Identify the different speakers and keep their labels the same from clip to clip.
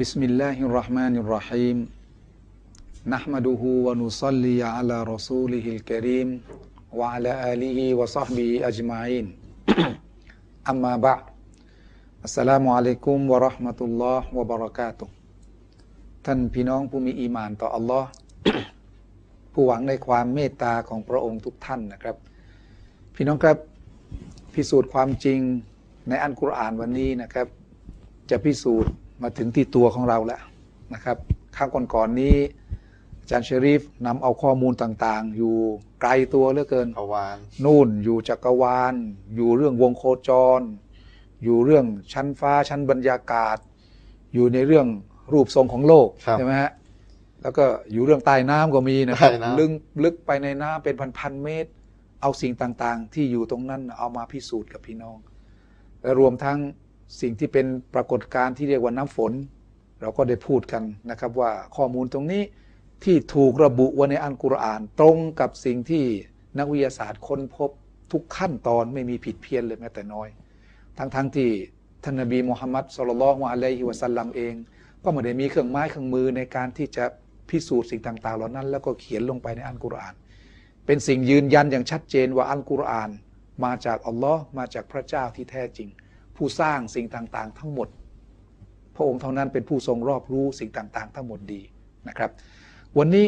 Speaker 1: بسم الله الرحمن الرحيم نحمده ونصلي على رسوله الكريم وعلى آله وصحبه أجمعين أما بعد السلام عليكم ورحمة الله وبركاته ท่านพี่น้องผู้มีอีมานต่ออัลล อฮ์ ผู้หวังในความเมตตาของพระองค์ทุกท่านนะครับ พี่น้องครับพิสูจน์ความจริงในอันกุรอานวันนี้นะครับ จะพิสูจน์มาถึงที่ตัวของเราแล้วนะครับครั้งก่อนๆนี้อาจารย์เชอรีฟนำเอาข้อมูลต่างๆ อยู่ไกลตัวเหลือเกิน
Speaker 2: กวาน
Speaker 1: นู่นอยู่จักรวาล อยู่เรื่องวงโคจร อยู่เรื่องชั้นฟ้าชั้นบรรยากาศ อยู่ในเรื่องรูปทรงของโลก
Speaker 2: ครับ
Speaker 1: ใช่ไหมฮะแล้วก็อยู่เรื่องใต้น้ำก็มีนะค
Speaker 2: ใต้
Speaker 1: รับ
Speaker 2: น้ำ
Speaker 1: ลึกลึกไปในน้ำเป็นพันๆเมตร เอาสิ่งต่างๆ ที่อยู่ตรงนั้นเอามาพิสูจน์กับพี่น้อง และรวมทั้งสิ่งที่เป็นปรากฏการณ์ที่เรียกว่าน้ำฝน เราก็ได้พูดกันนะครับว่าข้อมูลตรงนี้ที่ถูกระบุไว้ในอัลกุรอาน ตรงกับสิ่งที่นักวิทยาศาสตร์ค้นพบทุกขั้นตอนไม่มีผิดเพี้ยนเลยแม้แต่น้อย ทั้งๆทที่ท่านนบีมูฮัมมัดสุลลัลวะอะลัยฮิวะสัลลัมเอง ก็ไม่ได้มีเครื่องไม้เครื่องมือในการที่จะพิสูจน์สิ่งต่างๆ เหล่านั้น แล้วก็เขียนลงไปในอัลกุรอาน เป็นสิ่งยืนยันอย่างชัดเจนว่าอัลกุรอานมาจากอัลลอฮ์มาจากพระเจ้าที่แท้จริง ผู้สร้างสิ่งต่างๆ ทั้งหมด พระองค์เท่านั้นเป็นผู้ทรงรอบรู้สิ่งต่างๆ ทั้งหมดดีนะครับ วันนี้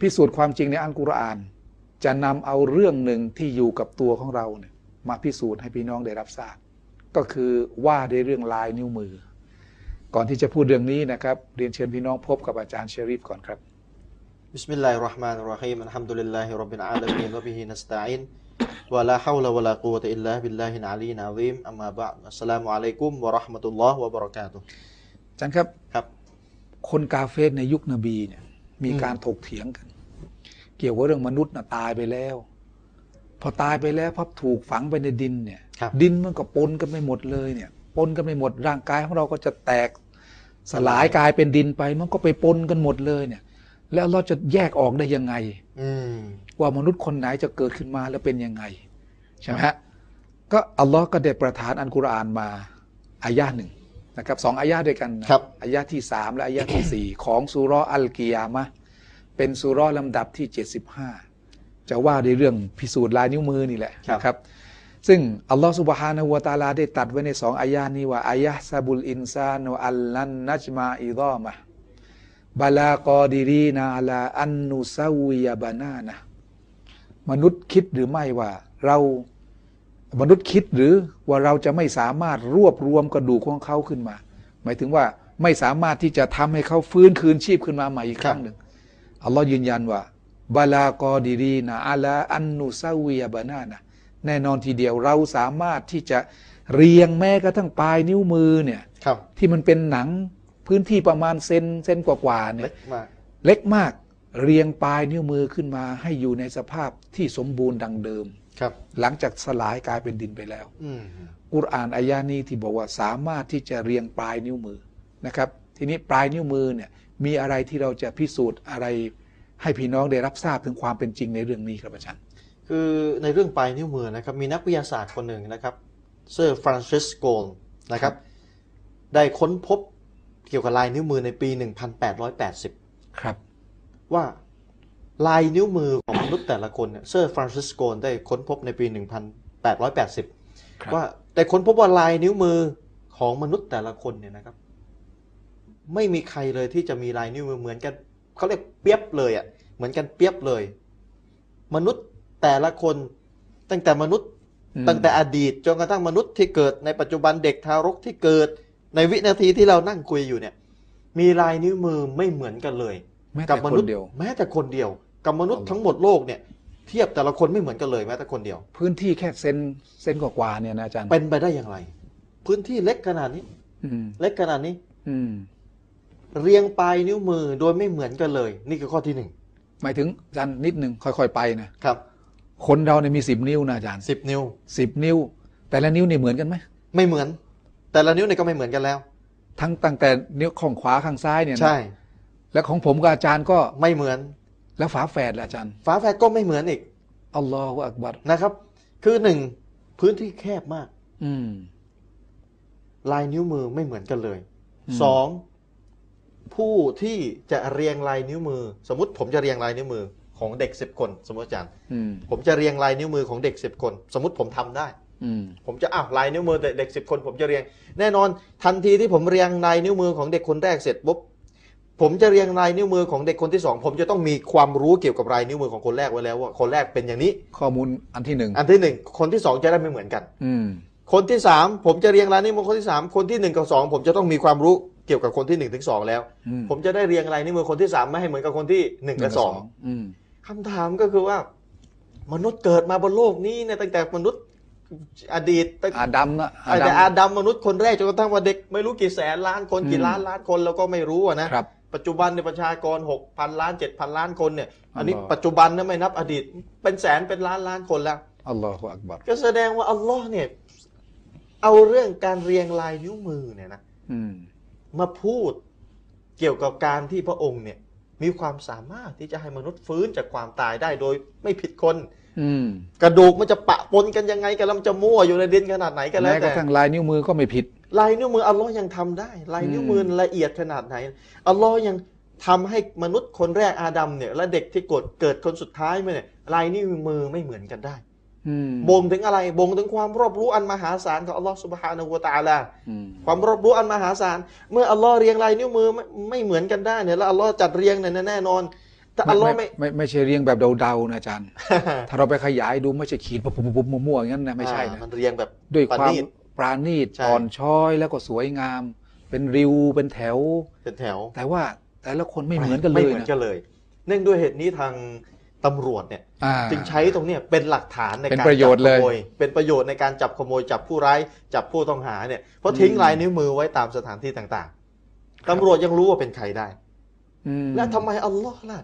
Speaker 1: พิสูจน์ความจริงในอัลกุรอาน จะนำเอาเรื่องหนึ่งที่อยู่กับตัวของเราเนี่ยมาพิสูจน์ให้พี่น้องได้รับทราบก็คือว่าในเรื่องลายนิ้วมือ ก่อนที่จะพูดเรื่องนี้นะครับ เรียนเชิญพี่น้องพบกับอาจารย์เชอริฟก่อนครับ
Speaker 2: بسم الله الرحمن الرحيم الحمد لله رب العالمين وبه نستعين ولا حول ولا قوة إلا بالله العلي العظيم أما بعد السلام عليكم ورحمة الله وبركاته
Speaker 1: อาจารย์ครับ
Speaker 2: ครับ
Speaker 1: คนกาเฟสในยุคนบีเนี่ยมีการถกเถียงกัน เกี่ยวกับเรื่องมนุษย์นะตายไปแล้ว พอตายไปแล้วพอถูกฝังไปในดินเนี่ย
Speaker 2: ครับ
Speaker 1: ดินมันก็ปนกันไปหมดเลยเนี่ย ปนกันไปหมดร่างกายของเราก็จะแตกสลายกลายเป็นดินไป มันก็ไปปนกันหมดเลยเนี่ย แล้วเราจะแยกออกได้ยังไง
Speaker 2: อืม
Speaker 1: ว่ามนุษย์คนไหนจะเกิดขึ้นมาแล้วเป็นยังไง ใช่ไหมฮะก็อัลลอฮ์ก็ได้ประทานอันกุรอานมาอายะหนึ่งนะครับสองอายะด้วยกันนะครับ อายะที่สามและอายะที่สี่ ของสุเราะห์อัลกิยามะห์เป็นสุเราะห์ลำดับที่ 75 จะว่าในเรื่องพิสูจน์ลายนิ้วมือนี่แหละนะครับ ซึ่งอัลลอฮ์สุบฮานะฮูวะตะอาลาได้ตรัดไว้ในสองอายะนี้ว่าอายะซาบุลอินซานอัลลันนัจมาอิดามะห์บาลากอดิรีนาอาลาอันนุซาวิยาบานานะ มนุษย์คิดหรือไม่ว่าเรามนุษย์คิดหรือว่าเราจะไม่สามารถรวบรวมกระดูกของเขาขึ้นมา หมายถึงว่าไม่สามารถที่จะทำให้เขาฟื้นคืนชีพขึ้นมาใหม่อีกครั้งหนึ่งอัลลอฮ์ยืนยันว่าบาลากอดีรีนะอาลาอันนุซาวิยาบานานะแน่นอนทีเดียวเราสามารถที่จะเรียงแม้กระทั่งปลายนิ้วมือเนี่ย
Speaker 2: ครับ
Speaker 1: ที่มันเป็นหนังพื้นที่ประมาณเซนเซนกว่าๆเนี่ย
Speaker 2: เล็กมาก
Speaker 1: เล็กมากเรียงปลายนิ้วมือขึ้นมาให้อยู่ในสภาพที่สมบูรณ์ดังเดิม
Speaker 2: ครับ
Speaker 1: หลังจากสลายกลายเป็นดินไปแล้ว
Speaker 2: อืม
Speaker 1: กุรอานอายานี้ที่บอกว่าสามารถที่จะเรียงปลายนิ้วมือนะครับทีนี้ปลายนิ้วมือเนี่ยมีอะไรที่เราจะพิสูจน์อะไรให้พี่น้องได้รับทราบถึงความเป็นจริงในเรื่องนี้ครับอาจารย์
Speaker 2: คือในเรื่องปลายนิ้วมือนะครับ มีนักวิทยาศาสตร์คนหนึ่งนะครับ เซอร์ฟรานซิสโกลนะครับ ได้ค้นพบเกี่ยวกับลายนิ้วมือในปี 1880
Speaker 1: ครับ
Speaker 2: ว่าลายนิ้วมือของมนุษย์แต่ละคนเนี่ยเซอร์ฟรานซิสโกนได้ค้นพบในปี
Speaker 1: ครับ
Speaker 2: 1880 ว่าแต่ค้นพบว่าลายนิ้วมือของมนุษย์แต่ละคนเนี่ยนะครับ ไม่มีใครเลยที่จะมีลายนิ้วมือเหมือนกันเขาเรียกเปรียบเลยอะ่ะเหมือนกันเปรียบเลย มนุษย์แต่ละคนตั้งแต่มนุษย์
Speaker 1: อืม
Speaker 2: ตั้งแต่อดีตจนกระทั่งมนุษย์ที่เกิดในปัจจุบันเด็กทารกที่เกิดในวินาทีที่เรานั่งคุยอยู่เนี่ย มีลายนิ้วมือไม่เหมือนกันเลย
Speaker 1: แม้แต่
Speaker 2: กับม
Speaker 1: ค
Speaker 2: นุษ
Speaker 1: น
Speaker 2: ย์
Speaker 1: เดียว
Speaker 2: แม้แต่คนเดียว กับมนุษย์ทั้งหมดโลกเนี่ยเทียบแต่ละคนไม่เหมือนกันเลยแม้แต่คนเดียว
Speaker 1: พื้นที่แค่เซนเซนกว่าๆเนี่ยนะอาจารย์
Speaker 2: เป็นไปได้อย่างไร พื้นที่เล็กขนาดนี้
Speaker 1: อืม
Speaker 2: เล็กขนาดนี้
Speaker 1: อืม
Speaker 2: เรียงปลายนิ้วมือโดยไม่เหมือนกันเลย นี่คือข้อที่หนึ่ง
Speaker 1: หมายถึงอาจารย์นิดหนึ่งค่อยๆไปนะครับ คนเราเนี่ยมีสิบนิ้วนะอาจารย์
Speaker 2: สิบนิ้ว
Speaker 1: สิบนิ้ว แต่ละนิ้วเนี่ยเหมือนกันไหม
Speaker 2: ไม่เหมือน แต่ละนิ้วเนี่ยก็ไม่เหมือนกันแล้ว
Speaker 1: ทั้งตั้งแต่นิ้วของขวาข้างซ้ายเนี่ยนะ
Speaker 2: ใช่
Speaker 1: และของผมกับอาจารย์ก็
Speaker 2: ไม่เหมือน
Speaker 1: แล้วฝาแฝดล่ะอาจารย์
Speaker 2: ฝาแฝดก็ไม่เหมือนอีก
Speaker 1: อัลลอฮฺอักบัร
Speaker 2: นะครับ คือหนึ่งพื้นที่แคบมาก
Speaker 1: อืม
Speaker 2: ลายนิ้วมือไม่เหมือนกันเลย
Speaker 1: อืม
Speaker 2: สอง ผู้ที่จะเรียงลายนิ้วมือ สมมติผมจะเรียงลายนิ้วมือของเด็กสิบคน สมมติอาจารย์
Speaker 1: อืม
Speaker 2: ผมจะเรียงลายนิ้วมือของเด็กสิบคน สมมติผมทำได้
Speaker 1: อืม
Speaker 2: ผมจะอ้าวลายนิ้วมือเด็กสิบคน ผมจะเรียง แน่นอนทันทีที่ผมเรียงลายนิ้วมือของเด็กคนแรกเสร็จปุ๊บผมจะเรียงลายนิ้วมือของเด็กคนที่สองผมจะต้องมีความรู้เกี่ยวกับลายนิ้วมือของคนแรกไว้แล้วว่าคนแรกเป็นอย่างนี้
Speaker 1: ข้อมูลอันที่หนึ่ง
Speaker 2: อันที่หนึ่งคนที่สองจะได้ไม่เหมือนกัน
Speaker 1: อืม
Speaker 2: คนที่สามผมจะเรียงลายนิ้วมือคนที่สามคนที่หนึ่งกับสองผมจะต้องมีความรู้เกี่ยวกับคนที่หนึ่งถึงสองแล้ว
Speaker 1: อืม
Speaker 2: ผมจะได้เรียงลายนิ้วมือคนที่สามไม่ให้เหมือนกับคนที่หนึ่งและสอง
Speaker 1: อืม
Speaker 2: คำถามก็คือว่า มนุษย์เกิดมาบนโลกนี้เนี่ยตั้งแต่มนุษย์อดีตตั้ง
Speaker 1: อาดัมนะ
Speaker 2: ตั้งแต่อาดัมมนุษย์คนแรกจนกระทั่งว่าเด็กไม่รู้กี่แสนล้านคนกี่ล้านล้านคนแล้วก็ไม่รู้อะนะ
Speaker 1: ครับ
Speaker 2: ปัจจุบันในยประชากร 6,000 ล้าน 7,000 ล้านคนเนี่ย อันนี้
Speaker 1: อัลลอฮ์
Speaker 2: ปัจจุบันนะไม่นับอดีต เป็นแสนเป็นล้านล้านคนแล้ว
Speaker 1: อัลลอฮฺอักบัร
Speaker 2: ก็แสดงว่าอัลลอฮ์เนี่ย เอาเรื่องการเรียงลายนิ้วมือเนี่ยนะ
Speaker 1: อืม
Speaker 2: มาพูดเกี่ยวกับการที่พระองค์เนี่ย มีความสามารถที่จะให้มนุษย์ฟื้นจากความตายได้โดยไม่ผิดคน
Speaker 1: อืม
Speaker 2: กระดูกมันจะปะปนกันยังไงกันแล้วมันจะมั่วอยู่ในดินขนาดไหนกันแล้ว
Speaker 1: แม้กระ
Speaker 2: แต่
Speaker 1: ทั่งลายนิ้วมือก็ไม่ผิด
Speaker 2: ลายนิ้วมืออัลลอฮ์ยังทำได้ลายนิ้วมือ
Speaker 1: ม
Speaker 2: อละเอียดขนาดไหนอัลลอฮ์ยังทำให้มนุษย์คนแรกอาดัมเนี่ยและเด็กที่กดเกิดคนสุดท้ายมาเนี่ยลายนิ้วมือไม่เหมือนกันได้
Speaker 1: อืม
Speaker 2: บ่งถึงอะไรบ่งถึงความรอบรู้อันมหาศาลของอัลลอฮ์สุบฮานาหูวะตะอาลา
Speaker 1: อืม
Speaker 2: ความรอบรู้อันมหาศาลเมื่ออัลลอฮ์เรียงลายนิ้วมือไม่ไม่เหมือนกันได้เนี่ยแล้วอัลลอฮ์จัดเรียงเนี่ยแน่นอน แต่อัลลอฮ์ไม่
Speaker 1: ไม่ ไม่ใช่เรียงแบบเดาๆนะอาจารย์ ถ้าเราไปขยายดูไม่ใช่ขีดปุ๊บปุ๊บปุ๊บมั่วๆอย่างนั้น นะไม่ใช่
Speaker 2: อ่า
Speaker 1: นะ
Speaker 2: มันเรียงแบบ
Speaker 1: ด้วย
Speaker 2: ป
Speaker 1: คน วาม
Speaker 2: ณีต
Speaker 1: ปราณีต
Speaker 2: ใช่
Speaker 1: อ่อนช้อยแล้วก็สวยงาม เป็นริวเป็นแถว
Speaker 2: เป็นแถว
Speaker 1: แต่ว่าแต่ละคนไม่เหมือนกันเลย
Speaker 2: ไม่เหมือน
Speaker 1: นะ
Speaker 2: กันเลย เนื่องด้วยเหตุนี้ทางตำรวจเนี่ย
Speaker 1: อ่า
Speaker 2: จึงใช้ตรงเนี้ยเป็นหลักฐานใน
Speaker 1: เป็น
Speaker 2: การ
Speaker 1: ประโย
Speaker 2: จั
Speaker 1: ชน์เลย
Speaker 2: ขโมยเป็นประโยชน์ในการจับขโมยจับผู้ร้ายจับผู้ต้องหาเนี่ยเพราะทิ้ง
Speaker 1: อืม
Speaker 2: ลายนิ้วมือไว้ตามสถานที่ต่างๆตำรวจยังรู้ว่าเป็นใครได้
Speaker 1: อืม
Speaker 2: แล้วทำไมอัลลอฮ์ล่ะ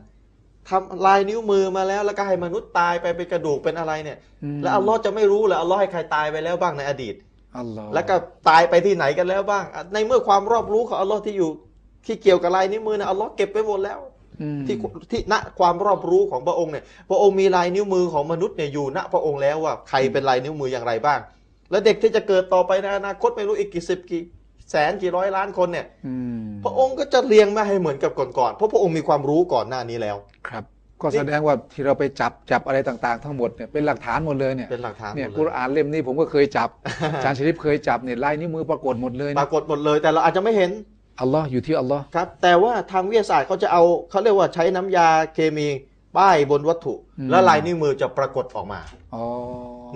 Speaker 2: ทำลายนิ้วมือมาแล้วแล้วก็ให้มนุษย์ตายไปเป็นกระดูกเป็นอะไรเนี่ย
Speaker 1: ม
Speaker 2: แล้วอัลลอฮ์จะไม่รู้เหรออัลลอฮ์ให้ใครตายไปแล้วบ้างในอดีต
Speaker 1: อัลลอฮ์
Speaker 2: แล้วก็ตายไปที่ไหนกันแล้วบ้างอ่ะในเมื่อความรอบรู้ของอัลลอฮ์ที่อยู่ที่เกี่ยวกับลายนิ้วมือนะอัลลอฮ์เก็บไว้หมดแล้ว
Speaker 1: อืม
Speaker 2: ที่ที่ณความรอบรู้ของพระองค์เนี่ยพระองค์มีลายนิ้วมือของมนุษย์เนี่ยอยู่ณพระองค์แล้วว่าใครเป็นลายนิ้วมืออย่างไรบ้าง แล้วเด็กที่จะเกิดต่อไปในอนาคตไม่รู้อีกกี่สิบกี่แสนกี่ร้อยล้านคนเนี่ย
Speaker 1: อืม
Speaker 2: พระองค์ก็จะเรียงมาให้เหมือนกับก่อนๆเพราะพระองค์มีความรู้ก่อนหน้านี้แล้ว
Speaker 1: ครับ ก็แสดงว่าที่เราไปจับจับอะไรต่าง ๆ ทั้งหมดเนี่ยเป็นหลักฐานหมดเลยเนี่ย
Speaker 2: เป็นหลักฐานหม
Speaker 1: เนี่ย
Speaker 2: ด
Speaker 1: กุ
Speaker 2: เล
Speaker 1: ร
Speaker 2: ย
Speaker 1: อานเล่มนี้ผมก็เคยจับ อาจารย์ชริฟเคยจับเนี่ยลายนิ้วมือปรากฏหมดเลย
Speaker 2: ป
Speaker 1: นะ
Speaker 2: รากฏหมดเลยแต่เราอาจจะไม่เห็น
Speaker 1: อัลลอฮ์อยู่ที่อัลลอฮ์
Speaker 2: ครับ แต่ว่าทางวิทยาศาสตร์เขาจะเอาเขาเรียกว่าใช้น้ำยาเคมีป้ายบนวัตถุ แล้วลายนิ้วมือจะปรากฏออกมา
Speaker 1: อ๋อ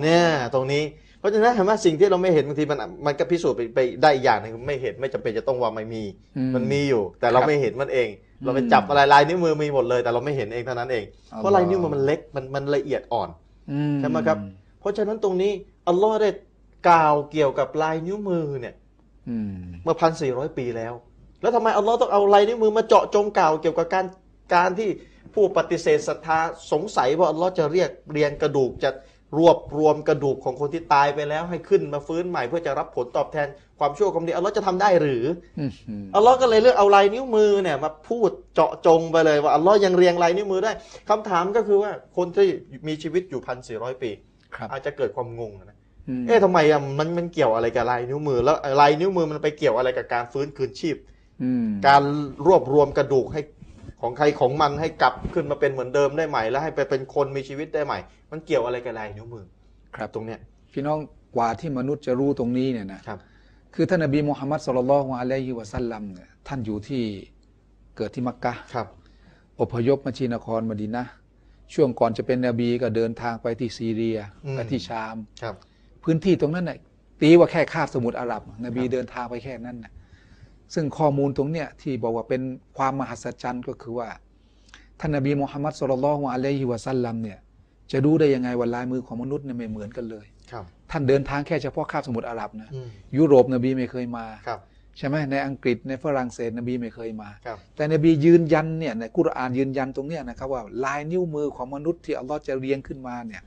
Speaker 2: เนี่ยตรงนี้เพราะฉะนั้นเห็นไหมสิ่งที่เราไม่เห็นบางทีมันมันก็พิสูจน์ไปไปได้อีกอย่างหนึงไม่เห็นไม่จำเป็นจะต้องว่ามันมี
Speaker 1: อื
Speaker 2: มันมีอยู่ แต่เราไม่เห็นมันเอง เราไปจับอะไรลายนิ้วมือมีหมดเลย แต่เราไม่เห็นเองเท่านั้นเองเพราะลายนิ้วมือมันเล็กมันมันละเอียดอ่อน
Speaker 1: อื
Speaker 2: ใช่ไหมครับ เพราะฉะนั้นตรงนี้อัลลอฮ์ได้กล่าวเกี่ยวกับลายนิ้วมือเนี่ย
Speaker 1: อืม
Speaker 2: เมื่อพันสี่ร้อยปีแล้ว แล้วทำไมอัลลอฮ์ต้องเอาลายนิ้วมือมาเจาะจงกล่าวเกี่ยวกับการการที่ผู้ปฏิเสธศรัทธาสงสัยว่าอัลลอฮ์จะเรียกเรียงกระดูกจะรวบรวมกระดูกของคนที่ตายไปแล้ว ให้ขึ้นมาฟื้นใหม่เพื่อจะรับผลตอบแทนความชั่วความดีอัลลอฮ์จะทำได้หรือ
Speaker 1: อืมอืม
Speaker 2: อัลลอฮ์ก็เลยเลือกเอาลายนิ้วมือเนี่ยมาพูดเจาะจงไปเลยว่าอัลลอฮ์ยังเรียงลายนิ้วมือได้คำถามก็คือว่าคนที่มีชีวิตอยู่พันสี่ร้อยปี
Speaker 1: ครับ
Speaker 2: อาจจะเกิดความงงนะ
Speaker 1: อืม
Speaker 2: เอ๊ะทำไมอะมันมันเกี่ยวอะไรกับลายนิ้วมือ แล้วลายนิ้วมือมันไปเกี่ยวอะไรกับการฟื้นคืนชีพ
Speaker 1: อืม
Speaker 2: การรวบรวมกระดูกให้ของใครของมันให้กลับขึ้นมาเป็นเหมือนเดิมได้ใหม่แล้วให้ไปเป็นคนมีชีวิตได้ใหม่ มันเกี่ยวอะไรกับลายนิ้วมือ
Speaker 1: ครับ
Speaker 2: ตรงเนี้ย
Speaker 1: พี่น้องกว่าที่มนุษย์จะรู้ตรงนี้เนี่ยนะครับ คือท่านนบีมุฮัมมัดสุลลัลลอฮุอะลัยฮิวะซัลลัมเนี่ยท่านอยู่ที่เกิดที่มักกะฮ์
Speaker 2: ครับ
Speaker 1: อพยพมาชีนครมะดีนะห์ช่วงก่อนจะเป็นนบีก็เดินทางไปที่ซีเรียไปที่ชาม
Speaker 2: ครับ
Speaker 1: พื้นที่ตรงนั้นน่ะตีว่าแค่คาบสมุทรอาหรับ นบีเดินทางไปแค่นั้นนะซึ่งข้อมูลตรงเนี้ยที่บอกว่าเป็นความมหัศจรรย์ก็คือว่า ท่านนบีมุฮัมมัดสุลลัลลอฮุอะลัยฮิวะซัลลัมเนี่ยจะรู้ได้ยังไงว่าลายมือของมนุษย์เนี่ยไม่เหมือนกันเลย
Speaker 2: ครับ
Speaker 1: ท่านเดินทางแค่เฉพาะคาบสมุทรอาหรับนะ
Speaker 2: อืม
Speaker 1: ยุโรปนบีไม่เคยมา
Speaker 2: ครับ
Speaker 1: ใช่ไหมในอังกฤษในฝรั่งเศสนบีไม่เคยมา
Speaker 2: ครับ
Speaker 1: แต่นบียืนยันเนี่ยในกุรอานยืนยันตรงเนี้ยนะครับว่าลายนิ้วมือของมนุษย์ที่อัลลอฮ์จะเรียงขึ้นมาเนี่ย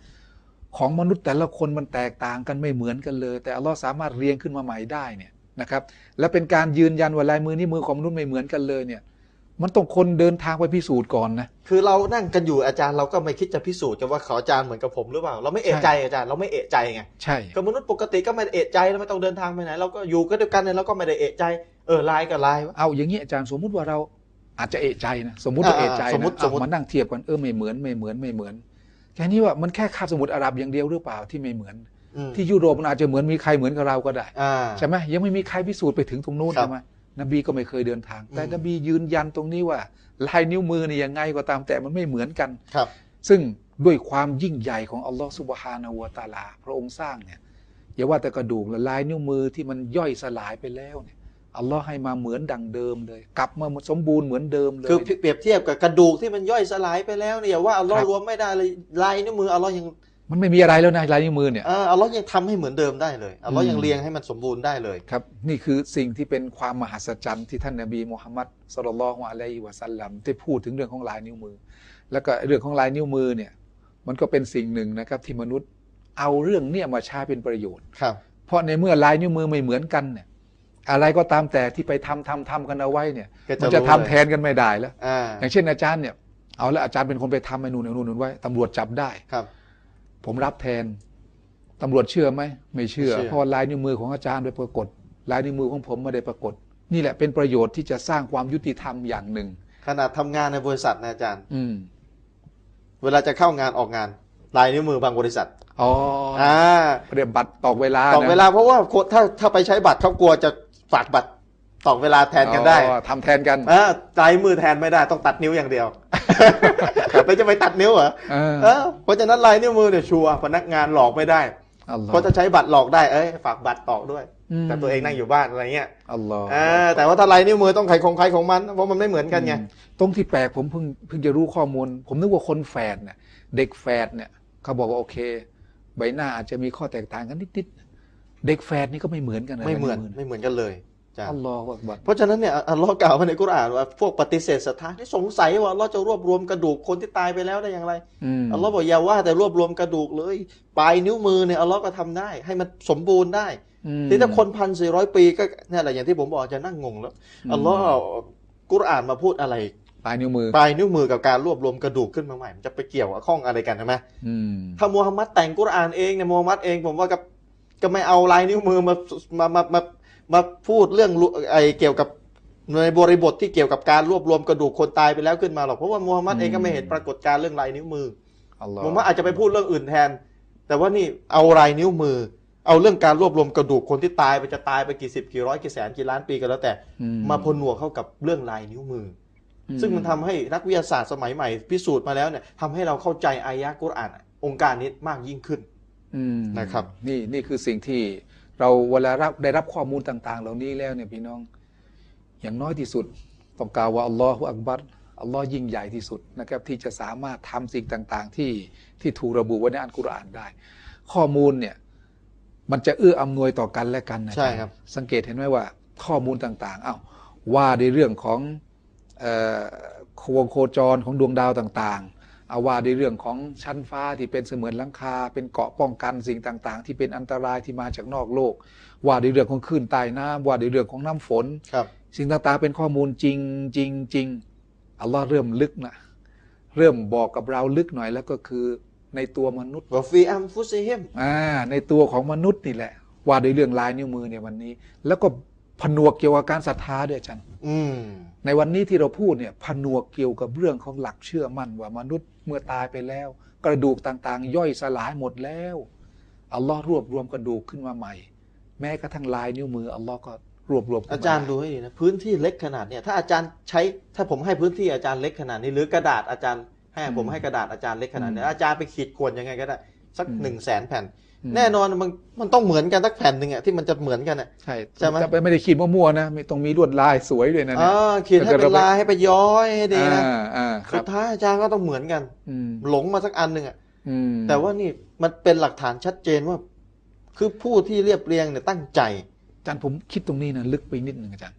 Speaker 1: ของมนุษย์แต่ละคนมันแตกต่างกันไม่เหมือนกันเลย แต่อัลลอฮ์สามารถเรียงขึ้นมาใหม่ได้เนี่ยนะครับและเป็นการยืนยันว่าลายมือนิ้วมือของมนุษย์ไม่เหมือนกันเลยเนี่ยมันต้องคนเดินทางไปพิสูจน์ก่อนนะ
Speaker 2: คือเรานั่งกันอยู่อาจารย์เราก็ไม่คิดจะพิสูจน์กันว่าเขาอาจารย์เหมือนกับผมหรือเปล่า เราไม่เอะใจอาจารย์เราไม่เอะใจไง
Speaker 1: ใช่
Speaker 2: ก็มนุษย์ปกติก็ไม่ได้เอะใจแล้วไม่ต้องเดินทางไปไหนเราก็อยู่ก็ด้วยกันเนี่ยเราก็ไม่ได้เอะใจ เอ เออลายกับลายวะ
Speaker 1: เอาอย่างนี้อาจารย์สมมุติว่าเราอาจจะเอะใจนะสมมุติว่า
Speaker 2: อ่า
Speaker 1: เอะใจ
Speaker 2: สม
Speaker 1: นะ
Speaker 2: มุติสมมุติ
Speaker 1: เอามานั่งเทียบกันเออไม่เหมือนไม่เหมือนไม่เหมือนแค่นี้ว่ามันแค่คาบสมุทรอาหรับอย่างเดียวหรือเปล่าที่ไม่เหมือน
Speaker 2: อืม
Speaker 1: ที่ยุโรปมันอาจจะเหมือนมีใครเหมือนกับเราก็ได้
Speaker 2: อ่า
Speaker 1: ใช่ไหมยังไม่มีใครพิสูจน์ไปถึงตรงนู้น
Speaker 2: ครับ
Speaker 1: ใช่ไหมนบีก็ไม่เคยเดินทาง แต่
Speaker 2: อืม
Speaker 1: นบียืนยันตรงนี้ว่า ลายนิ้วมือเนี่ยยังไงก็ตามแต่มันไม่เหมือนกัน
Speaker 2: ครับ
Speaker 1: ซึ่งด้วยความยิ่งใหญ่ของอัลลอฮ์สุบฮานาวะตะอาลา พระองค์สร้างเนี่ยอย่าว่าแต่กระดูกละลายนิ้วมือที่มันย่อยสลายไปแล้วเนี่ยอัลลอฮ์ให้มาเหมือนดังเดิมเลย กลับมาสมบูรณ์เหมือนเดิมเลย
Speaker 2: คือเปรียบเทียบกับกระดูกที่มันย่อยสลายไปแล้วเนี่ยว่าอัลลอฮ์
Speaker 1: ครับ
Speaker 2: รวมไม่ได้เลยลายนิ้วมืออัลลอฮ์ยัง
Speaker 1: มันไม่มีอะไรแล้วนะลายนิ้วมือเนี่ย
Speaker 2: เอออัลลอฮ์ยังทำให้เหมือนเดิมได้เลยอัลลอฮ์ยัง
Speaker 1: อืม
Speaker 2: เรียงให้มันสมบูรณ์ได้เลย
Speaker 1: ครับนี่คือสิ่งที่เป็นความมหัศจรรย์ที่ท่านนบีมูฮัมมัดสลลัลลอฮุอะลัยฮิวะสัลลัมได้พูดถึงเรื่องของลายนิ้วมือ แล้วก็เรื่องของลายนิ้วมือเนี่ยมันก็เป็นสิ่งหนึ่งนะครับที่มนุษย์เอาเรื่องเนี่ยมาใช้เป็นประโยชน์
Speaker 2: ครับ
Speaker 1: เพราะในเมื่อลายนิ้วมือไม่เหมือนกันเนี่ยอะไรก็ตามแต่ที่ไปทำทำทำกันเอาไว้เนี่ย
Speaker 2: ก็
Speaker 1: มัน
Speaker 2: รู้
Speaker 1: จะทำ
Speaker 2: เลย
Speaker 1: แทนกันไม่ได้แล้ว
Speaker 2: อ่า
Speaker 1: อย่างเช่นอาจารย์เนี่ยเอาละอาจารย์เป็นคนไปทำไอ้นู่นไอ้นู่นไอ้นู่นไว้ตำรวจจับได้
Speaker 2: ครับ
Speaker 1: ผมรับแทน ตำรวจเชื่อไหม ไม่เชื่อ
Speaker 2: ไม่เชื่อ
Speaker 1: เพราะลายนิ้วมือของอาจารย์ไปปรากฏ ลายนิ้วมือของผมไม่ได้ปรากฏ นี่แหละเป็นประโยชน์ที่จะสร้างความยุติธรรมอย่างหนึ่ง
Speaker 2: ขนาดทำงานในบริษัทนะอาจารย์
Speaker 1: อืม
Speaker 2: เวลาจะเข้างานออกงาน ลายนิ้วมือบางบริษัท
Speaker 1: อ๋อ
Speaker 2: อ่า
Speaker 1: เรียบบัตรตอกเวลานะ
Speaker 2: ตอกเวลาเพราะว่าคนถ้าถ้าไปใช้บัตรเขากลัวจะฝากบัตรตอกเวลาแทนกันได้
Speaker 1: อ๋อทำแทนกัน
Speaker 2: อ่าลายมือแทนไม่ได้ต้องตัดนิ้วอย่างเดียวแล้วจะไปตัดนิ้วเหรอ
Speaker 1: เออ
Speaker 2: เออเพราะฉะนั้นลายนิ้วมือเนี่ยชัวร์พนักงานหลอกไม่ได้
Speaker 1: อัลลอฮ์
Speaker 2: เพราะถ้าใช้บัตรหลอกได้เอ้ยฝากบัตรตอกด้วย
Speaker 1: ม
Speaker 2: แต่ตัวเองนั่งอยู่บ้านอะไรเงี้ย
Speaker 1: อัลลอฮ์
Speaker 2: อ่าแต่ว่าถ้าลายนิ้วมือต้องใครของใครของมันเพราะมันไม่เหมือนกันไง
Speaker 1: อืมตรงที่แปลกผมเพิ่งเพิ่งจะรู้ข้อมูล ผมนึกว่าคนแฝดเนี่ยเด็กแฝดเนี่ย เขาบอกว่าโอเค ใบหน้าอาจจะมีข้อแตกต่างกันนิดๆเด็กแฝดนี่ก็ไม่เหมือนกันะ
Speaker 2: ไม่เหมือน
Speaker 1: ลายว
Speaker 2: ไม่เหมือนกันเลยจ้ะ
Speaker 1: อัลลอฮ์อักบัต
Speaker 2: เพราะฉะนั้นเนี่ยอัลลอฮ์กล่าวไว้ในกุรอานว่าพวกปฏิเสธศรัทธาที่สงสัยว่าอัลลอฮ์จะรวบรวมกระดูกคนที่ตายไปแล้วได้อย่างไร
Speaker 1: ม
Speaker 2: อัลลอฮ์บอกอย่าว่าแต่รวบรวมกระดูกเลยปลายนิ้วมือเนี่ยอัลลอฮ์ก็ทำได้ ให้มันสมบูรณ์ได้
Speaker 1: อืม
Speaker 2: ทีถ้าคนพันสี่ร้อยปีก็เนี่ยแหละอย่างที่ผมบอกจะนั่งงงแล้ว
Speaker 1: อืม
Speaker 2: อัลลอฮ์เอากุรอานมาพูดอะไร
Speaker 1: ปลายนิ้วมือ
Speaker 2: ปลายนิ้วมือกับการรวบรวมกระดูกขึ้นมาใหม่มันจะไปเกี่ยวกับข้องอะไรกันใช่ไหม
Speaker 1: อืม
Speaker 2: ถ้ามูฮัมหมัดแต่งกุรอานเองเนี่ยมูฮัมหมัดเองผมว่ากับก็ไม่เอาลายนิ้วมือมามามามามาพูดเรื่องลุไอเกี่ยวกับในบริบทที่เกี่ยวกับการรวบรวมกระดูกคนตายไปแล้วขึ้นมาหรอกเพราะว่ามูฮัมหมัดเองก็ไม่เห็นปรากฏการณ์เรื่องลายนิ้วมือ
Speaker 1: อัลลอฮ์
Speaker 2: มูฮัมหมัดอาจจะไปพูดเรื่องอื่นแทน แต่ว่านี่เอาลายนิ้วมือ เอาเรื่องการรวบรวมกระดูกคนที่ตายไปจะตายไปกี่สิบกี่ร้อยกี่แสนกี่ล้านปีก็แล้วแต่
Speaker 1: อื
Speaker 2: มาพนวกเข้ากับเรื่องลายนิ้วมือ
Speaker 1: อืม
Speaker 2: ซึ่งมันทำให้นักวิทยาศาสตร์สมัยใหม่พิสูจน์มาแล้วเนี่ยทำให้เราเข้าใจอายะกุรอานองค์การนี้มากยิ่งขึ้น
Speaker 1: อืม
Speaker 2: นะครับ
Speaker 1: นี่นี่คือสิ่งที่เราเวลารับได้รับข้อมูลต่าง ๆ เหล่านี้แล้วเนี่ยพี่น้อง อย่างน้อยที่สุด ต้องกล่าวว่าอัลลอฮฺอักบัรอัลลอฮ์ยิ่งใหญ่ที่สุดนะครับ ที่จะสามารถทำสิ่งต่าง ๆ ที่ที่ถูกระบุไว้ในอัลกุรอานได้ ข้อมูลเนี่ย มันจะเอื้ออำนวยต่อกันและกันนะ
Speaker 2: ใช่ครับ
Speaker 1: สังเกตเห็นไหมว่าข้อมูลต่างๆอ้าวว่าในเรื่องของเอ่อวงโคจรของดวงดาวต่างๆเอาว่าในเรื่องของชั้นฟ้าที่เป็นเสมือนหลังคา เป็นเกราะป้องกันสิ่งต่าง ๆ ที่เป็นอันตรายที่มาจากนอกโลก ว่าในเรื่องของคลื่นใต้น้ำว่าในเรื่องของน้ำฝน
Speaker 2: ครับ
Speaker 1: สิ่งต่างๆเป็นข้อมูลจริงจริงจริงอัลลอฮ์เริ่มลึกนะเริ่มบอกกับเราลึกหน่อยแล้วก็คือในตัวมนุษย์
Speaker 2: วะฟีอัมฟุซิฮิม
Speaker 1: อ่าในตัวของมนุษย์นี่แหละ ว่าด้วยเรื่องลายนิ้วมือในวันนี้ แล้วก็ผนวกเกี่ยวกับการศรัทธาด้วยอาจัน
Speaker 2: อืม
Speaker 1: ในวันนี้ที่เราพูดเนี่ยผนวกเกี่ยวกับเรื่องของหลักเชื่อมั่นว่ามนุษย์เมื่อตายไปแล้ว กระดูกต่างๆ ย่อยสลายหมดแล้วอัลลอฮ์รวบรวมกระดูกขึ้นมาใหม่ แม้กระทั่งลายนิ้วมืออัลลอฮ์ก็รวบรวมขึ้นม
Speaker 2: อาจารย์ดูให้ดีนะ พื้นที่เล็กขนาดเนี่ยถ้าอาจารย์ใช้ถ้าผมให้พื้นที่อาจารย์เล็กขนาดนี้หรือกระดาษอาจารย์ให้ผมให้กระดาษอาจารย์เล็กขนาดนี้อาจารย์ไปขีดข่วนยังไงก็ได้ สักหนึ่งแสนแผ่น แน่นอนมันมันต้องเหมือนกันสักแผ่นหนึ่งอะที่มันจะเหมือนกันอะ
Speaker 1: ใช่
Speaker 2: ใช่ไหม
Speaker 1: จะไปไม่ได้ขีดมั่วๆนะมีต้องมีลวดลายสวยด้วยนะเนี่ย
Speaker 2: อ่าขีดให้เป็นลายให้ไปย้อยให้ดีนะ
Speaker 1: อ่าอ่าค
Speaker 2: สุ
Speaker 1: รับ
Speaker 2: ดท้ายอาจารย์ก็ต้องเหมือนกัน
Speaker 1: อืม
Speaker 2: หลงมาสักอันหนึ่งอะ
Speaker 1: อืม
Speaker 2: แต่ว่านี่มันเป็นหลักฐานชัดเจนว่า คือผู้ที่เรียบเรียงเนี่ยตั้งใจ
Speaker 1: อาจารย์ผมคิดตรงนี้นะลึกไปนิดหนึ่งอาจารย์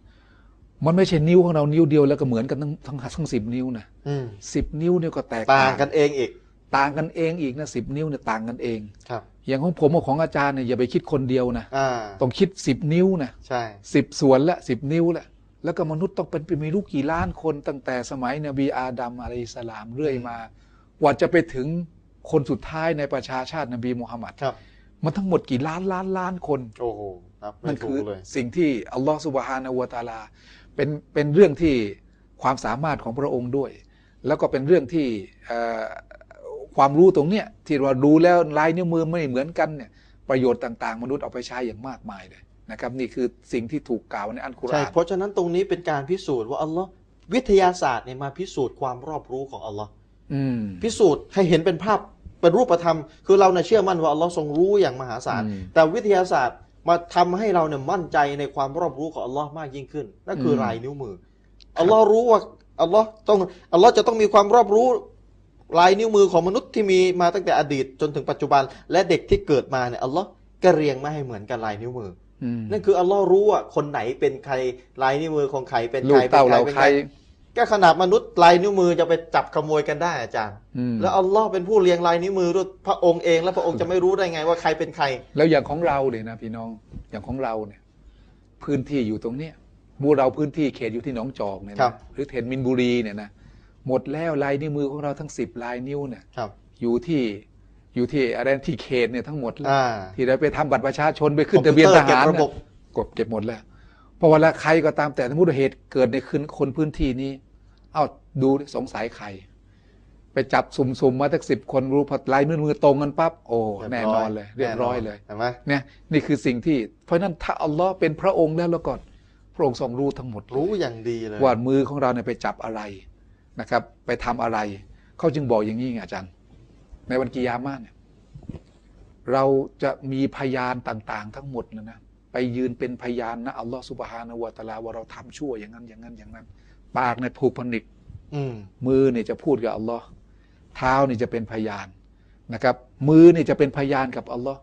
Speaker 1: มันไม่ใช่นิ้วของเรานิ้วเดียวแล้วก็เหมือนกันทั้งทั้งทั้งสิบนิ้วนะ
Speaker 2: อืม
Speaker 1: สิบนิ้วเนี่ยก็แตก
Speaker 2: ต่างกันเองอีก
Speaker 1: ต่างกันเองอีกนะสิบนิ้วเนี่ยต่างกันเอง
Speaker 2: ครับ
Speaker 1: อย่างของผมกับของอาจารย์เนี่ยอย่าไปคิดคนเดียวนะ
Speaker 2: อ่า
Speaker 1: ต้องคิดสิบนิ้วนะ
Speaker 2: ใช่
Speaker 1: สิบส่วนละสิบนิ้วละแล้วก็มนุษย์ต้องเป็นมีลูกกี่ล้านคนตั้งแต่สมัยนบีอาดัมอะลัยฮิสสลามเรื่อยมากว่าจะไปถึงคนสุดท้ายในประชาชาตินบีมุฮัมมัด
Speaker 2: ครับ
Speaker 1: มันทั้งหมดกี่ล้านล้านล้านคน
Speaker 2: โอ้โห นับไม่
Speaker 1: นั่น
Speaker 2: ถู
Speaker 1: คือก
Speaker 2: เลย
Speaker 1: สิ่งที่อัลลอฮฺสุบฮานาอวตาลาเป็นเป็นเรื่องที่ความสามารถของพระองค์ด้วย แล้วก็เป็นเรื่องที่เอ่อความรู้ตรงเนี้ยที่เราดูแล้วลายนิ้วมือไม่เหมือนกันเนี่ยประโยชน์ต่าง ๆ มนุษย์เอาไปใช้อย่างมากมายเลยนะครับนี่คือสิ่งที่ถูกกล่าวในอัลกุร
Speaker 2: ใช่
Speaker 1: อาน
Speaker 2: เพราะฉะนั้นตรงนี้เป็นการพิสูจน์ว่าอัลลอฮ์วิทยาศาสตร์เนี่ยมาพิสูจน์ความรอบรู้ของอัลลอฮ์
Speaker 1: อืม
Speaker 2: พิสูจน์ให้เห็นเป็นภาพเป็นรูปธรรม คือเราเนี่ยเชื่อมั่นว่าอัลลอฮ์ทรงรู้อย่างมหาศาล
Speaker 1: อืม
Speaker 2: แต่วิทยาศาสตร์มาทำให้เราเนี่ยมั่นใจในความรอบรู้ของอัลลอฮ์มากยิ่งขึ้นนั่นคืออ
Speaker 1: ม
Speaker 2: ลายนิ้วมืออัลลอฮ์รู้ว่าอัลลอฮ์ต้องอัลลอฮ์จะต้องมีความรอบรู้ ลายนิ้วมือของมนุษย์ที่มีมาตั้งแต่อดีตจนถึงปัจจุบัน และเด็กที่เกิดมาเนี่ยอัลลอฮ์ก็เรียงมาให้เหมือนกันลายนิ้วมือ
Speaker 1: อืม
Speaker 2: นั่นคืออัลลอฮ์รู้ว่าคนไหนเป็นใครลายนิ้วมือของใครเป็น
Speaker 1: ลู
Speaker 2: ใคร
Speaker 1: กเต้าเรา
Speaker 2: ป็น
Speaker 1: ใคร
Speaker 2: ป็นก็ขนาดมนุษย์ลายนิ้วมือจะไปจับขโมยกันได้อาจารย์
Speaker 1: อืม
Speaker 2: แล้วอัลลอฮ์เป็นผู้เรียงลายนิ้วมือด้วยพระองค์เองแล้วพระองค์จะไม่รู้ได้ไงว่าใครเป็นใคร
Speaker 1: แล้วอย่างของเราเนี่ยนะพี่น้องอย่างของเราเนี่ยพื้นที่อยู่ตรงเนี้ยบูเราพื้นที่เขตอยู่ที่หนองจอกเนี่ยนะครับ หรือเขตมินบุรีเนี่ยนะหมดแล้วลายนิ้วมือของเราทั้งสิบลายนิ้วเนี่ย
Speaker 2: ครับ
Speaker 1: อยู่ที่อยู่ที่อะไรที่เขตเนี่ยทั้งหมดแล้ว
Speaker 2: อ่า
Speaker 1: ที่เราไปทำบัตรประชาชนไปขึ้นทะเบียนทหาร
Speaker 2: คอมพิวเอเก็บระบ
Speaker 1: น่ะ
Speaker 2: บ
Speaker 1: กบเก็บหมดแล้วเพราะเวลาใครก็ตามแต่สมมติว่าเหตุเกิดในคืนคนพื้นที่นี้ เอ้าดูสงสัยใคร ไปจับสุ่มๆมาตั้งสิบคนรู้พอลายมือมือตรงกันปั๊บโอ้แน่นอนเลย เรียบร้อยเลย
Speaker 2: เห็นไหม
Speaker 1: เนี่ยนี่คือสิ่งที่ เพราะฉะนั้นถ้าอัลลอฮ์เป็นพระองค์แล้วแล้วก็พระองค์ทรงรู้ทั้งหมดเลย
Speaker 2: รู้อย่างดีเลย
Speaker 1: ว่ามือของเราเนี่ยไปจับอะไรนะครับ ไปทำอะไร เขาจึงบอกอย่างนี้ไงอาจารย์ ในวันกิยามะเนี่ยเราจะมีพยานต่างๆ ทั้งหมดนะนะไปยืนเป็นพยานนะอัลลอฮฺสุบฮานาวะตะอาลาว่าเราทำชั่วอย่างนั้นอย่างนั้นอย่างนั้น ปากในยผูกพนิก
Speaker 2: อืม
Speaker 1: มือเนี่ยจะพูดกับอัลลอฮ์เท้าเนี่ยจะเป็นพยานนะครับ มือเนี่ยจะเป็นพยานกับอัลลอฮ์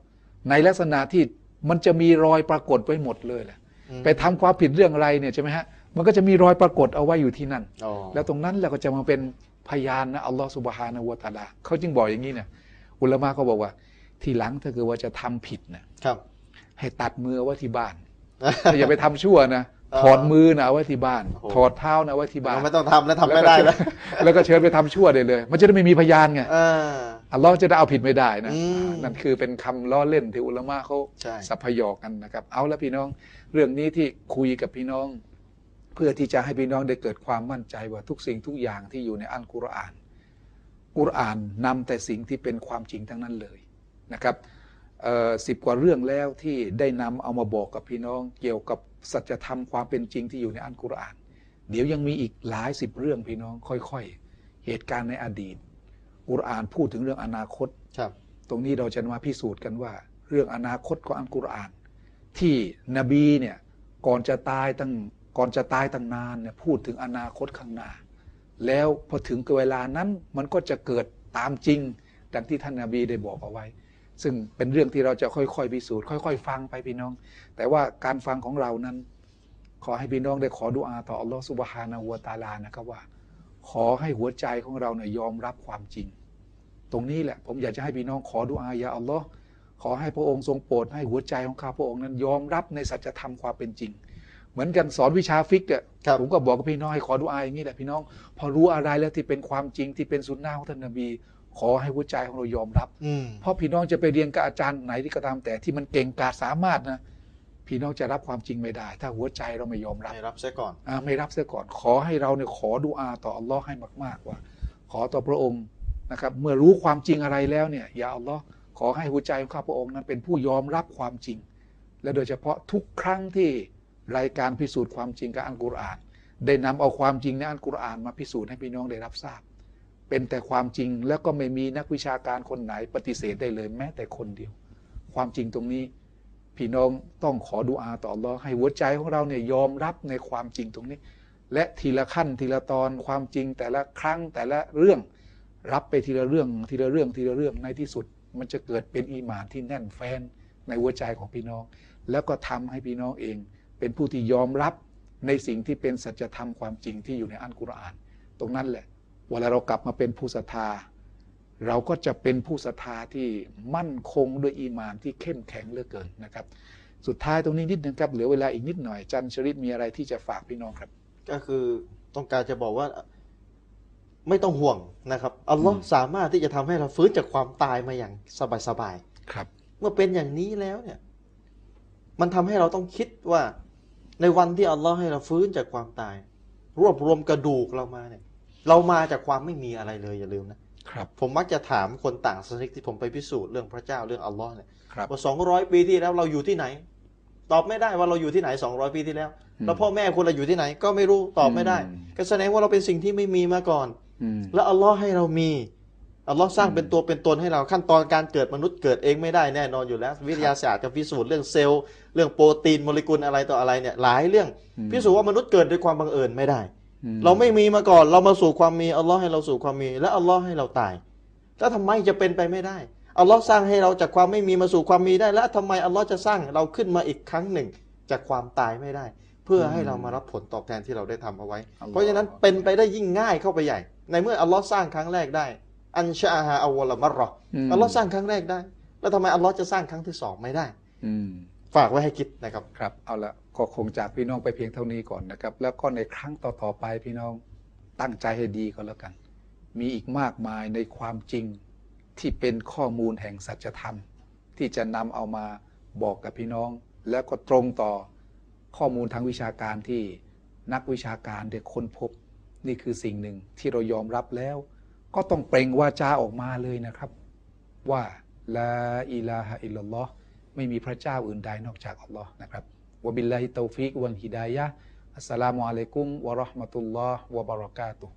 Speaker 1: ในลักษณะที่มันจะมีรอยปรากฏไว้หมดเลยแหละ
Speaker 2: อืม
Speaker 1: ไปทำความผิดเรื่องอะไรเนี่ยใช่ไหมฮะ มันก็จะมีรอยปรากฏเอาไว้อยู่ที่นั่น
Speaker 2: อ๋อ
Speaker 1: แล้วตรงนั้นเราก็จะมาเป็นพยานนะอัลลอฮฺสุบฮานาวะตะอาลาเขาจึงบอกอย่างนี้เนี่ย อุลามะเขาบอกว่า ทีหลังถ้าเกิดว่าจะทำผิดนะครับ ให้ตัดมือเอาไว้ที่บ้าน อย่าไปทำชั่วนะถอดมือนะเอาไว้ที่บ้าน
Speaker 2: โอ้โห
Speaker 1: ถอดเท้านะเอาไว้ที่บ้าน
Speaker 2: ไม่ต้องทำแล้วทำไม่ได้แล้ว
Speaker 1: แล้วก็เชิญไปทำชั่วได้เลย มันจะได้ไม่มีพยานไง
Speaker 2: เออ
Speaker 1: อัลลอฮ์จะได้เอาผิดไม่ได้นะ
Speaker 2: อืม
Speaker 1: อ่านั่นคือเป็นคำล้อเล่นที่อุลามะเขา
Speaker 2: ใช่
Speaker 1: สัพพยอกันนะครับ เอาละพี่น้อง เรื่องนี้ที่คุยกับพี่น้อง เพื่อที่จะให้พี่น้องได้เกิดความมั่นใจว่าทุกสิ่งทุกอย่างที่อยู่ในอัลกุรอาน กุรอานนำแต่สิ่งที่เป็นความจริงทั้งนั้นเลยนะครับสิบกว่าเรื่องแล้วที่ได้นำเอามาบอกกับพี่น้อง เกี่ยวกับสัจธรรมความเป็นจริงที่อยู่ในอัลกุรอาน เดี๋ยวยังมีอีกหลายสิบเรื่องพี่น้องค่อยๆ เหตุการณ์ในอดีต กุรอานพูดถึงเรื่องอนาคต
Speaker 2: ครับ
Speaker 1: ตรงนี้เราจะมาพิสูจน์กันว่า เรื่องอนาคตของอัลกุรอาน ที่นบีเนี่ยก่อนจะตายตั้งก่อนจะตายตั้งนานเนี่ยพูดถึงอนาคตข้างหน้า แล้วพอถึงเวลานั้นมันก็จะเกิดตามจริง ดังที่ท่านนบีได้บอกเอาไว้ ซึ่งเป็นเรื่องที่เราจะค่อยๆพิสูจน์ค่อย ๆ ฟังไปพี่น้อง แต่ว่าการฟังของเรานั้น ขอให้พี่น้องได้ขอดุอาต่ออัลลอฮฺสุบฮานาหัวะตะอาลานะครับว่า ขอให้หัวใจของเราเนี่ยยอมรับความจริง ตรงนี้แหละผมอยากจะให้พี่น้องขอดุอาอยาอัลลอฮ์ขอให้พระองค์ทรงโปรดให้หัวใจของข้าพระองค์นั้นยอมรับในสัจธรรมความเป็นจริง เหมือนกันสอนวิชาฟิกเนี่ย
Speaker 2: ครับ
Speaker 1: ผมก็บอกกับพี่น้องให้ขอดุอาอย่างนี้แหละพี่น้อง พอรู้อะไรแล้วที่เป็นความจริงที่เป็นสุนนะของท่านนบี ขอให้หัวใจของเรายอมรับ
Speaker 2: อืม
Speaker 1: เพราะพี่น้องจะไปเรียนกับอาจารย์ไหนที่ก็ตามแต่ที่มันเก่งกาจสามารถนะ พี่น้องจะรับความจริงไม่ได้ ถ้าหัวใจเราไม่ยอมรับ
Speaker 2: ให้รับซะก่อน
Speaker 1: อ่าไม่รับเสียก่อนขอให้เราเนี่ยขอดุอาต่ออัลลอฮ์ให้มาก ๆ ว่า ขอต่อพระองค์นะครับเมื่อรู้ความจริงอะไรแล้วเนี่ยอย่าอัลลอฮ์ขอให้หัวใจของข้าพระองค์นั้นเป็นผู้ยอมรับความจริง และโดยเฉพาะทุกครั้งที่รายการพิสูจน์ความจริงกับอัลกุรอาน ได้นำเอาความจริงในอัลกุรอานมาพิสูจน์ให้พี่น้องได้รับทราบ เป็นแต่ความจริงแล้วก็ไม่มีนักวิชาการคนไหนปฏิเสธได้เลยแม้แต่คนเดียว ความจริงตรงนี้ พี่น้องต้องขอดุอาต่ออัลลอฮ์ให้หัวใจของเราเนี่ยยอมรับในความจริงตรงนี้ และทีละขั้นทีละตอนความจริงแต่ละครั้งแต่ละเรื่อง รับไปทีละเรื่องทีละเรื่องทีละเรื่องในที่สุด มันจะเกิดเป็นอีหมานที่แน่นแฟนในหัวใจของพี่น้อง แล้วก็ทำให้พี่น้องเอง เป็นผู้ที่ยอมรับในสิ่งที่เป็นสัจธรรมความจริงที่อยู่ในอัลกุรอาน ตรงนั้นแหละ เวลาเรากลับมาเป็นผู้ศรัทธา เราก็จะเป็นผู้ศรัทธาที่มั่นคงด้วยอีหมานที่เข้มแข็งเหลือเกินนะครับ สุดท้ายตรงนี้นิดนึงครับเหลือเวลาอีกนิดหน่อยจันทร์ชริตมีอะไรที่จะฝากพี่น้องครับ
Speaker 2: ก็คือต้องการจะบอกว่าไม่ต้องห่วงนะครับอัลลอฮ์สามารถที่จะทำให้เราฟื้นจากความตายมาอย่างสบายๆ
Speaker 1: ครับ
Speaker 2: เมื่อเป็นอย่างนี้แล้วเนี่ย มันทำให้เราต้องคิดว่า ในวันที่อัลลอฮ์ให้เราฟื้นจากความตาย รวบรวมกระดูกเรามาเนี่ย เรามาจากความไม่มีอะไรเลยอย่าลืมนะ
Speaker 1: ครับ
Speaker 2: ผมมักจะถามคนต่างศาสนาที่ผมไปพิสูจน์เรื่องพระเจ้าเรื่องอัลลอฮ์เนี่ย
Speaker 1: ครับ
Speaker 2: ว่าสองร้อยปีที่แล้วเราอยู่ที่ไหน ตอบไม่ได้ว่าเราอยู่ที่ไหนสองร้อยปีที่แล้ว
Speaker 1: อืม
Speaker 2: แล้วพ่อแม่คุณเราอยู่ที่ไหน ก็ไม่รู้ตอบไม่ได้
Speaker 1: อืม
Speaker 2: ก็แสดงว่าเราเป็นสิ่งที่ไม่มีมาก่อน
Speaker 1: อืม
Speaker 2: แล้วอัลลอฮ์ให้เรามีอัลลอฮ์สร้างเป็นตัวเป็นตนให้เราขั้นตอนการเกิดมนุษย์เกิดเองไม่ได้แน่นอนอยู่แล้ว วิทยาศาสตร์จะพิสูจน์เรื่องเซลล์เรื่องโปรตีนโมเลกุลอะไรต่ออะไรเนี่ยหลายเรื่อง
Speaker 1: อืม
Speaker 2: พิสูจน์ว่ามนุษย์เกิดด้วยความบังเอิญไม่ได้
Speaker 1: อื
Speaker 2: เราไม่มีมาก่อนเรามาสู่ความมีอัลลอฮ์ให้เราสู่ความมี และอัลลอฮ์ให้เราตายแล้วทำไมจะเป็นไปไม่ได้อัลลอฮ์สร้างให้เราจากความไม่มีมาสู่ความมีได้ และทำไมอัลลอฮ์จะสร้างเราขึ้นมาอีกครั้งหนึ่ง จากความตายไม่ได้ เพื่อให้เรามารับผลตอบแทนที่เราได้ทำเอาไว้ เพราะฉะนั้นเป็นไปได้ยิ่งง่ายเข้าไปใหญ่ ในเมื่ออัลลอฮ์สร้างครั้งแรกได้ อันชาฮาอัลวะลมัรรอ
Speaker 1: ม
Speaker 2: อัลลอฮ์สร้างครั้งแรกได้ แล้วทำไมอัลลอฮ์จะสร้างครั้งที่สองไม่ได้
Speaker 1: อืม
Speaker 2: ฝากไว้ให้คิดนะครับ
Speaker 1: ครับเอาละก็คงจากพี่น้องไปเพียงเท่านี้ก่อนนะครับ แล้วก็ในครั้งต่อๆไปพี่น้องตั้งใจให้ดีก็แล้วกัน มีอีกมากมายในความจริงที่เป็นข้อมูลแห่งสัจธรรม ที่จะนำเอามาบอกกับพี่น้อง แล้วก็ตรงต่อข้อมูลทางวิชาการที่นักวิชาการเด็กค้นพบ นี่คือสิ่งหนึ่งที่เรายอมรับแล้ว ก็ต้องเปล่งวาจาออกมาเลยนะครับ ว่าลาอิลาฮะอิลลัลลอฮ์ไม่มีพระเจ้าอื่นใดนอกจากอัลลอฮ์นะครับวะบิลลาฮิตตอฟิกวัลฮิดายะฮ์อัสสลามุอะลัยกุมวะเราะห์มะตุลลอฮ์วะบะเราะกาตุฮ์